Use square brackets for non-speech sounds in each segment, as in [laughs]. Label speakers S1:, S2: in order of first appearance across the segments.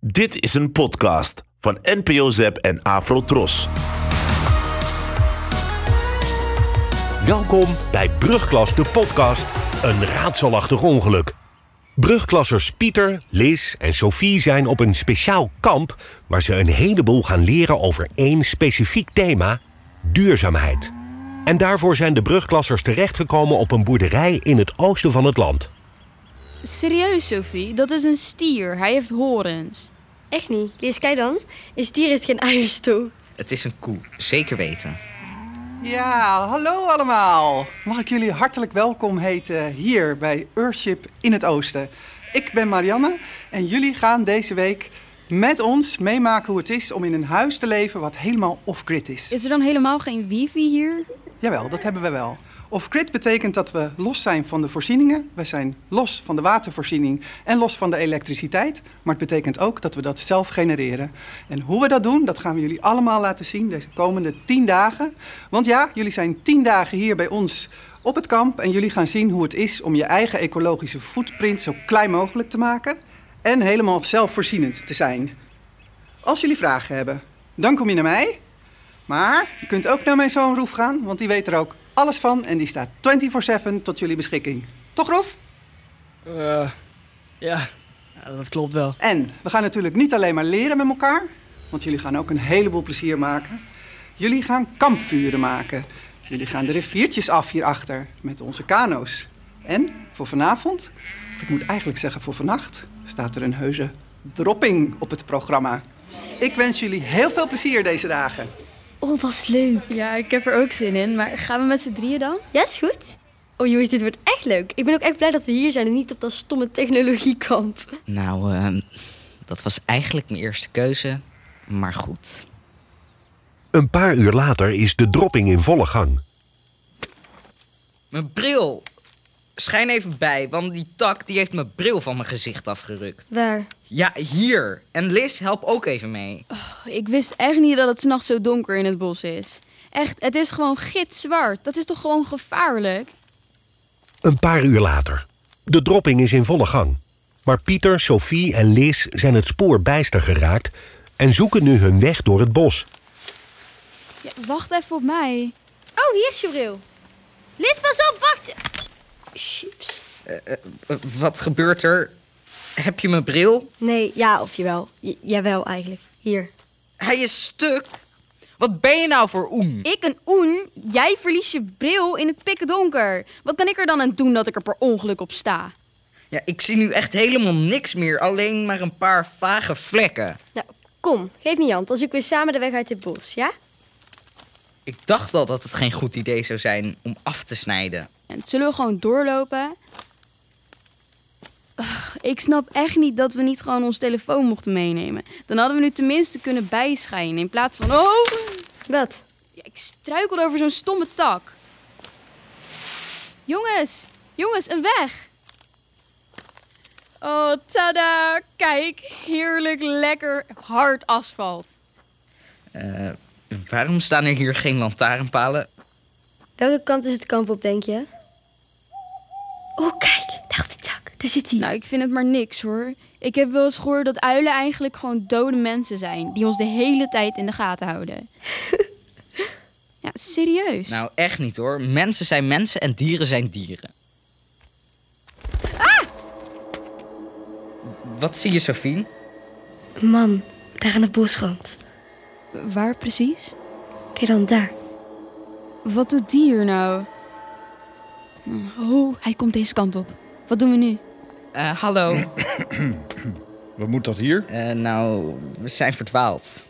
S1: Dit is een podcast van NPO Zep en Afrotros.
S2: Welkom bij Brugklas de podcast, een raadselachtig ongeluk. Brugklassers Pieter, Liz en Sophie zijn op een speciaal kamp waar ze een heleboel gaan leren over één specifiek thema: duurzaamheid. En daarvoor zijn de brugklassers terechtgekomen op een boerderij in het oosten van het land.
S3: Serieus, Sophie, dat is een stier. Hij heeft horens.
S4: Echt niet. Lies, kijk dan. Een stier heeft geen uiers toe.
S5: Het is een koe, zeker weten.
S6: Ja, hallo allemaal. Mag ik jullie hartelijk welkom heten hier bij Earthship in het Oosten. Ik ben Marianne en jullie gaan deze week met ons meemaken hoe het is om in een huis te leven wat helemaal off-grid is.
S3: Is er dan helemaal geen wifi hier?
S6: Jawel, dat hebben we wel. Off-grid betekent dat we los zijn van de voorzieningen. We zijn los van de watervoorziening en los van de elektriciteit. Maar het betekent ook dat we dat zelf genereren. En hoe we dat doen, dat gaan we jullie allemaal laten zien de komende tien dagen. Want ja, jullie zijn tien dagen hier bij ons op het kamp. En jullie gaan zien hoe het is om je eigen ecologische footprint zo klein mogelijk te maken. En helemaal zelfvoorzienend te zijn. Als jullie vragen hebben, dan kom je naar mij. Maar je kunt ook naar mijn zoon Roef gaan, want die weet er ook alles van en die staat 24/7 tot jullie beschikking. Toch Roef?
S7: Eh, ja. ja, dat klopt wel.
S6: En we gaan natuurlijk niet alleen maar leren met elkaar, want jullie gaan ook een heleboel plezier maken. Jullie gaan kampvuren maken. Jullie gaan de riviertjes af hierachter met onze kano's. En voor vanavond, of ik moet eigenlijk zeggen voor vannacht, staat er een heuse dropping op het programma. Ik wens jullie heel veel plezier deze dagen.
S4: Oh, wat leuk.
S3: Ja, ik heb er ook zin in, maar gaan we met z'n drieën dan?
S4: Ja, is goed. Oh jongens, dit wordt echt leuk. Ik ben ook echt blij dat we hier zijn en niet op dat stomme technologiekamp.
S5: Nou, ehm, dat was eigenlijk mijn eerste keuze. Maar goed.
S2: Een paar uur later is de dropping in volle gang.
S5: Mijn bril! Schijn even bij, want die tak die heeft mijn bril van mijn gezicht afgerukt.
S4: Waar?
S5: Ja, hier. En Liz, help ook even mee.
S3: Ik wist echt niet dat het s'nachts zo donker in het bos is. Echt, het is gewoon gitzwart. Dat is toch gewoon gevaarlijk?
S2: Een paar uur later. De dropping is in volle gang. Maar Pieter, Sophie en Liz zijn het spoor bijster geraakt en zoeken nu hun weg door het bos.
S3: Ja, wacht even op mij.
S4: Oh, hier is je bril. Liz, pas op, wacht. Chips.
S5: Eh, wat gebeurt er? Heb je mijn bril?
S4: Nee, ja of jawel. J- jawel eigenlijk. Hier.
S5: Hij is stuk. Wat ben je nou voor oem?
S3: Ik een oen, jij verliest je bril in het pikken donker. Wat kan ik er dan aan doen dat ik er per ongeluk op sta?
S5: Ja, ik zie nu echt helemaal niks meer. Alleen maar een paar vage vlekken.
S4: Nou, kom. Geef me je hand. Dan zoeken we samen de weg uit dit bos, ja?
S5: Ik dacht al dat het geen goed idee zou zijn om af te snijden.
S3: En zullen we gewoon doorlopen? Ugh, ik snap echt niet dat we niet gewoon ons telefoon mochten meenemen. Dan hadden we nu tenminste kunnen bijschijnen in plaats van... Oh,
S4: Wat?
S3: ja, ik struikelde over zo'n stomme tak. Jongens, jongens, een weg. Oh, tada. Kijk, heerlijk lekker hard asfalt.
S5: Eh, waarom staan er hier geen lantaarnpalen?
S4: Welke kant is het kamp op, denk je? Oh, kijk. Daar op de tak. Daar zit hij.
S3: Nou, ik vind het maar niks hoor. Ik heb wel eens gehoord dat uilen eigenlijk gewoon dode mensen zijn. Die ons de hele tijd in de gaten [laughs] houden. ja, serieus.
S5: Nou, echt niet hoor. Mensen zijn mensen en dieren zijn dieren. Ah! Wat zie je, Sophie?
S4: Man, daar aan de bosrand.
S3: Waar precies?
S4: Kijk dan, daar.
S3: Wat doet die hier nou? Oh, hij komt deze kant op. Wat doen we nu?
S5: Eh, hallo.
S8: Wat moet dat hier?
S5: Eh, nou, we zijn verdwaald.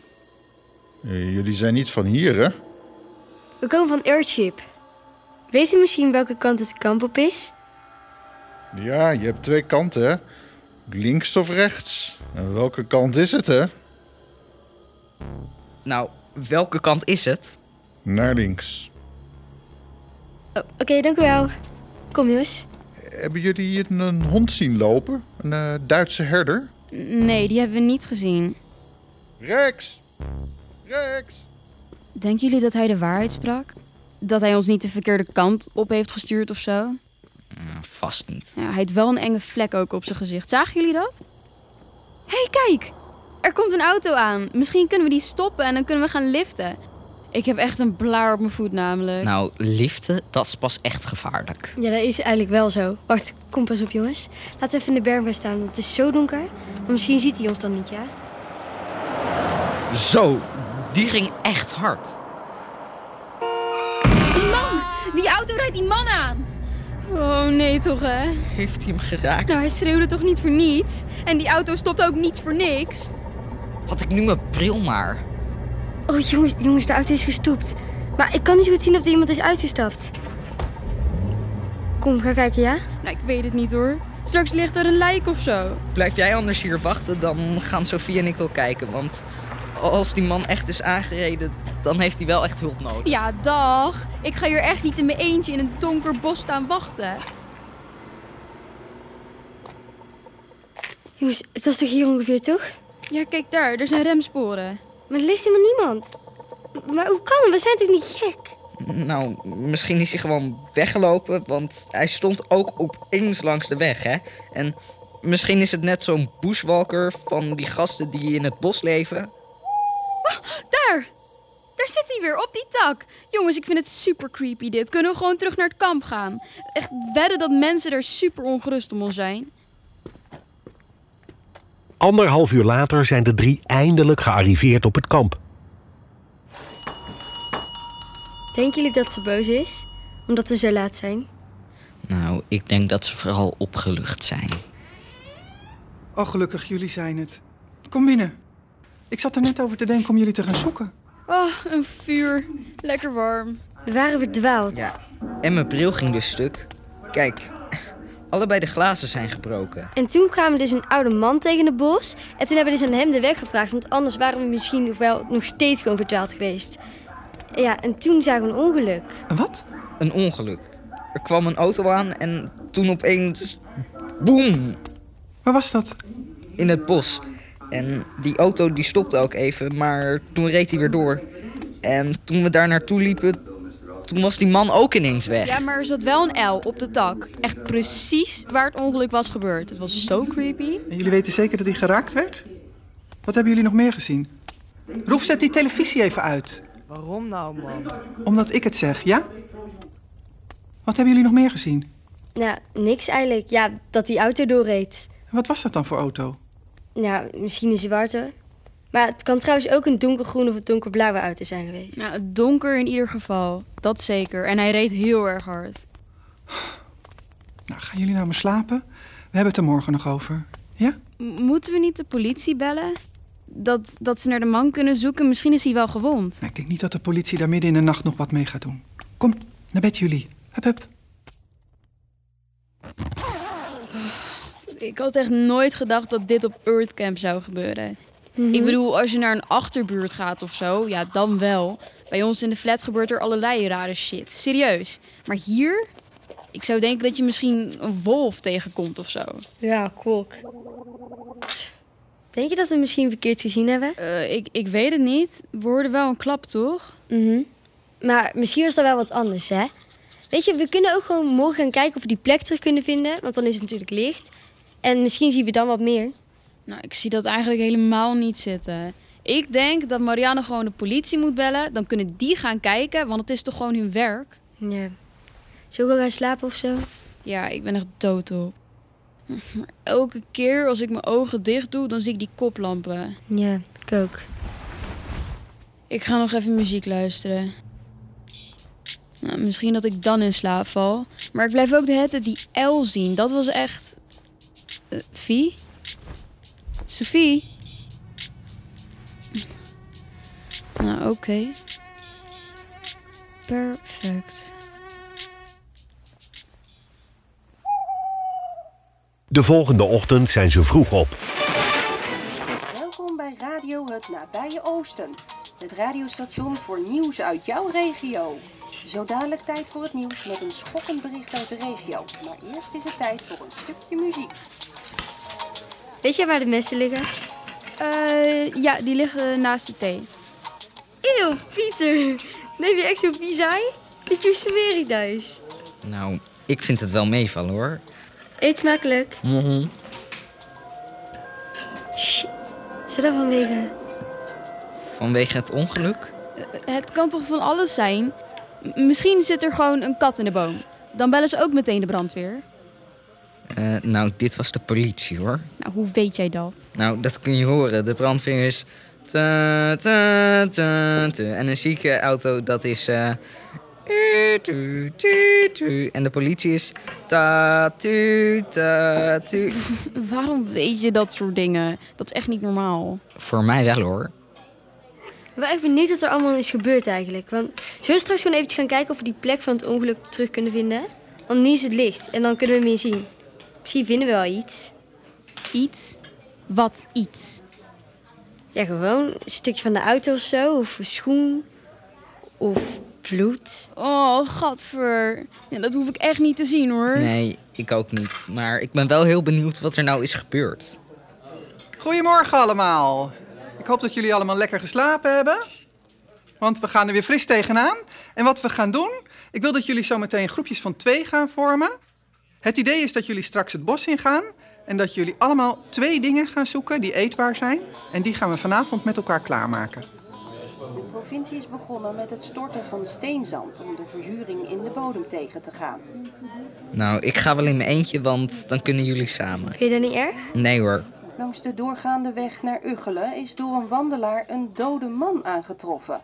S8: Eh, Jullie zijn niet van hier, hè?
S4: We komen van Earthship. Weet u misschien welke kant het kamp op is?
S8: Ja, je hebt twee kanten, hè? Links of rechts? En welke kant is het, hè?
S5: Nou, welke kant is het?
S8: Naar links.
S4: Oh, oké, dank u wel. Kom, jongens.
S8: Hebben jullie hier een hond zien lopen? Een eh, Duitse herder?
S3: Nee, die hebben we niet gezien.
S8: Rex! Rex!
S3: Denken jullie dat hij de waarheid sprak? Dat hij ons niet de verkeerde kant op heeft gestuurd of zo?
S5: Nou, vast niet.
S3: Ja, hij heeft wel een enge vlek ook op zijn gezicht. Zagen jullie dat? Hé, hey, kijk! Er komt een auto aan. Misschien kunnen we die stoppen en dan kunnen we gaan liften. Ik heb echt een blaar op mijn voet namelijk.
S5: Nou, liften, dat is pas echt gevaarlijk.
S4: Ja, dat is eigenlijk wel zo. Wacht, kom pas op jongens. Laten we even in de berm gaan staan, want het is zo donker. Maar misschien ziet hij ons dan niet, ja?
S5: Zo, die ging echt hard.
S3: Die man! Die auto rijdt die man aan! Oh nee toch hè?
S5: Heeft hij hem geraakt?
S3: Nou, hij schreeuwde toch niet voor niets? En die auto stopt ook niet voor niks?
S5: Had ik nu mijn bril maar.
S4: Oh jongens, jongens, de auto is gestopt. Maar ik kan niet zo goed zien of er iemand is uitgestapt. Kom, ga kijken, ja?
S3: Nou, ik weet het niet hoor. Straks ligt er een lijk of zo.
S5: Blijf jij anders hier wachten, dan gaan Sofie en ik wel kijken. Want als die man echt is aangereden, dan heeft hij wel echt hulp nodig.
S3: Ja, dag. Ik ga hier echt niet in mijn eentje in een donker bos staan wachten.
S4: Jongens, het was toch hier ongeveer, toch?
S3: Ja, kijk daar. Er zijn remsporen.
S4: Maar er ligt helemaal niemand. Maar hoe kan het? We zijn toch niet gek?
S5: Nou, misschien is hij gewoon weggelopen, want hij stond ook opeens langs de weg, hè? En misschien is het net zo'n bushwalker van die gasten die in het bos leven.
S3: Daar! Daar zit hij weer, op die tak. Jongens, ik vind het super creepy dit. Kunnen we gewoon terug naar het kamp gaan? Echt wedden dat mensen er super ongerust om ons zijn.
S2: Anderhalf uur later zijn de drie eindelijk gearriveerd op het kamp.
S4: Denken jullie dat ze boos is? Omdat we zo laat zijn?
S5: Nou, ik denk dat ze vooral opgelucht zijn.
S6: Oh, gelukkig, jullie zijn het. Kom binnen. Ik zat er net over te denken om jullie te gaan zoeken.
S3: Oh, een vuur. Lekker warm.
S4: We waren verdwaald.
S5: Ja. En mijn bril ging dus stuk. Kijk, allebei de glazen zijn gebroken.
S4: En toen kwamen we dus een oude man tegen het bos. En toen hebben we dus aan hem de weg gevraagd. Want anders waren we misschien nog wel nog steeds gewoon verdwaald geweest. Ja, en toen zagen we een ongeluk.
S6: Een wat?
S5: Een ongeluk. Er kwam een auto aan en toen opeens... Boem!
S6: Waar was dat?
S5: In het bos. En die auto die stopte ook even, maar toen reed hij weer door. En toen we daar naartoe liepen, toen was die man ook ineens weg.
S3: Ja, maar er zat wel een L op de tak. Echt precies waar het ongeluk was gebeurd. Het was zo creepy.
S6: En jullie weten zeker dat hij geraakt werd? Wat hebben jullie nog meer gezien? Roef, zet die televisie even uit.
S9: Waarom nou, man?
S6: Omdat ik het zeg, ja? Wat hebben jullie nog meer gezien?
S4: Nou, niks eigenlijk. Ja, dat die auto doorreed.
S6: En Wat was dat dan voor auto?
S4: Nou, misschien een zwarte. Maar het kan trouwens ook een donkergroene of een donkerblauwe auto zijn geweest.
S3: Nou, het donker in ieder geval. Dat zeker. En hij reed heel erg hard.
S6: Nou, gaan jullie nou maar slapen? We hebben het er morgen nog over. Ja?
S3: M- moeten we niet de politie bellen? Dat, dat ze naar de man kunnen zoeken. Misschien is hij wel gewond.
S6: Nou, ik denk niet dat de politie daar midden in de nacht nog wat mee gaat doen. Kom, naar bed jullie. Hup, hup.
S3: Ik had echt nooit gedacht dat dit op Earthcamp zou gebeuren. Ik bedoel, als je naar een achterbuurt gaat of zo, ja, dan wel. Bij ons in de flat gebeurt er allerlei rare shit. Serieus. Maar hier? Ik zou denken dat je misschien een wolf tegenkomt of zo.
S4: Ja, klok. Denk je dat we misschien verkeerd gezien hebben?
S3: Eh, ik, ik weet het niet. We hoorden wel een klap, toch?
S4: Mhm. Maar misschien was dat wel wat anders, hè? Weet je, we kunnen ook gewoon morgen gaan kijken of we die plek terug kunnen vinden. Want dan is het natuurlijk licht. En misschien zien we dan wat meer.
S3: Nou, ik zie dat eigenlijk helemaal niet zitten. Ik denk dat Marianne gewoon de politie moet bellen. Dan kunnen die gaan kijken, want het is toch gewoon hun werk?
S4: Ja. Zullen we gaan slapen of zo?
S3: Ja, ik ben echt dood op. [laughs] Maar elke keer als ik mijn ogen dicht doe, dan zie ik die koplampen.
S4: Ja, ik ook.
S3: Ik ga nog even muziek luisteren. Nou, misschien dat ik dan in slaap val. Maar ik blijf ook de hele tijd die L zien. Dat was echt... Eh, Vie? Sophie? Nou, oké. Perfect.
S2: De volgende ochtend zijn ze vroeg op.
S10: Welkom bij Radio Het Nabije Oosten. Het radiostation voor nieuws uit jouw regio. Zo dadelijk tijd voor het nieuws met een schokkend bericht uit de regio. Maar eerst is het tijd voor een stukje muziek.
S4: Weet jij waar de messen liggen?
S3: Eh, ja, die liggen naast de thee.
S4: Eeuw, Pieter. Neem je echt zo vies ei? Dat je smerig daar is.
S5: Nou, ik vind het wel meevallen hoor.
S4: Eet smakelijk. Shit. Is dat vanwege...
S5: Vanwege het ongeluk?
S3: Het kan toch van alles zijn? M- misschien zit er gewoon een kat in de boom. Dan bellen ze ook meteen de brandweer.
S5: Eh, nou, dit was de politie hoor.
S3: Nou, hoe weet jij dat?
S5: Nou, dat kun je horen. De brandweer is. ta, ta, ta, ta. En een ziekenauto, dat is. eh, tu, tu, tu, tu. En de politie is. Ta, tu, ta, tu.
S3: Waarom weet je dat soort dingen? Dat is echt niet normaal.
S5: Voor mij wel hoor.
S4: Ik ben echt benieuwd wat er allemaal is gebeurd eigenlijk. Want zullen we straks gewoon eventjes gaan kijken of we die plek van het ongeluk terug kunnen vinden? Want nu is het licht en dan kunnen we meer zien. Misschien vinden we wel iets.
S3: Iets? Wat iets?
S4: Ja, gewoon een stukje van de auto of zo. Of een schoen. Of bloed.
S3: Oh, gadver. Ja, dat hoef ik echt niet te zien hoor.
S5: Nee, ik ook niet. Maar ik ben wel heel benieuwd wat er nou is gebeurd.
S6: Goedemorgen allemaal. Ik hoop dat jullie allemaal lekker geslapen hebben. Want we gaan er weer fris tegenaan. En wat we gaan doen, ik wil dat jullie zo meteen groepjes van twee gaan vormen. Het idee is dat jullie straks het bos ingaan en dat jullie allemaal twee dingen gaan zoeken die eetbaar zijn. En die gaan we vanavond met elkaar klaarmaken.
S10: De provincie is begonnen met het storten van steenzand om de verzuring in de bodem tegen te gaan.
S5: Nou, ik ga wel in mijn eentje, want dan kunnen jullie samen.
S4: Vind je dat niet erg?
S5: Nee hoor.
S10: Langs de doorgaande weg naar Uggelen is door een wandelaar een dode man aangetroffen.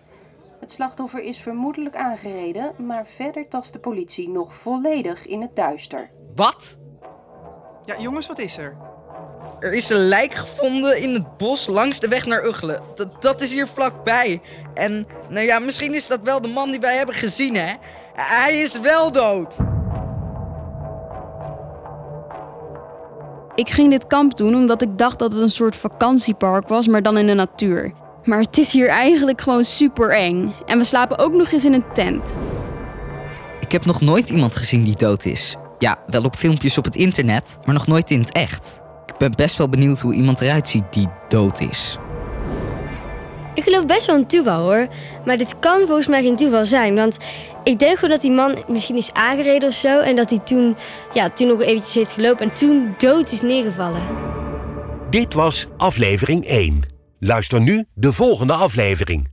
S10: Het slachtoffer is vermoedelijk aangereden, maar verder tast de politie nog volledig in het duister.
S5: Wat?
S6: Ja, jongens, wat is er?
S5: Er is een lijk gevonden in het bos langs de weg naar Uggelen. Dat, dat is hier vlakbij. En nou ja, misschien is dat wel de man die wij hebben gezien, hè? Hij is wel dood.
S3: Ik ging dit kamp doen omdat ik dacht dat het een soort vakantiepark was, maar dan in de natuur. Maar het is hier eigenlijk gewoon super eng. En we slapen ook nog eens in een tent.
S5: Ik heb nog nooit iemand gezien die dood is. Ja, wel op filmpjes op het internet, maar nog nooit in het echt. Ik ben best wel benieuwd hoe iemand eruit ziet die dood is.
S4: Ik geloof best wel een toeval hoor. Maar dit kan volgens mij geen toeval zijn. Want ik denk gewoon dat die man misschien is aangereden of zo. En dat hij toen, ja, toen nog eventjes heeft gelopen. En toen dood is neergevallen.
S2: Dit was aflevering 1. Luister nu de volgende aflevering.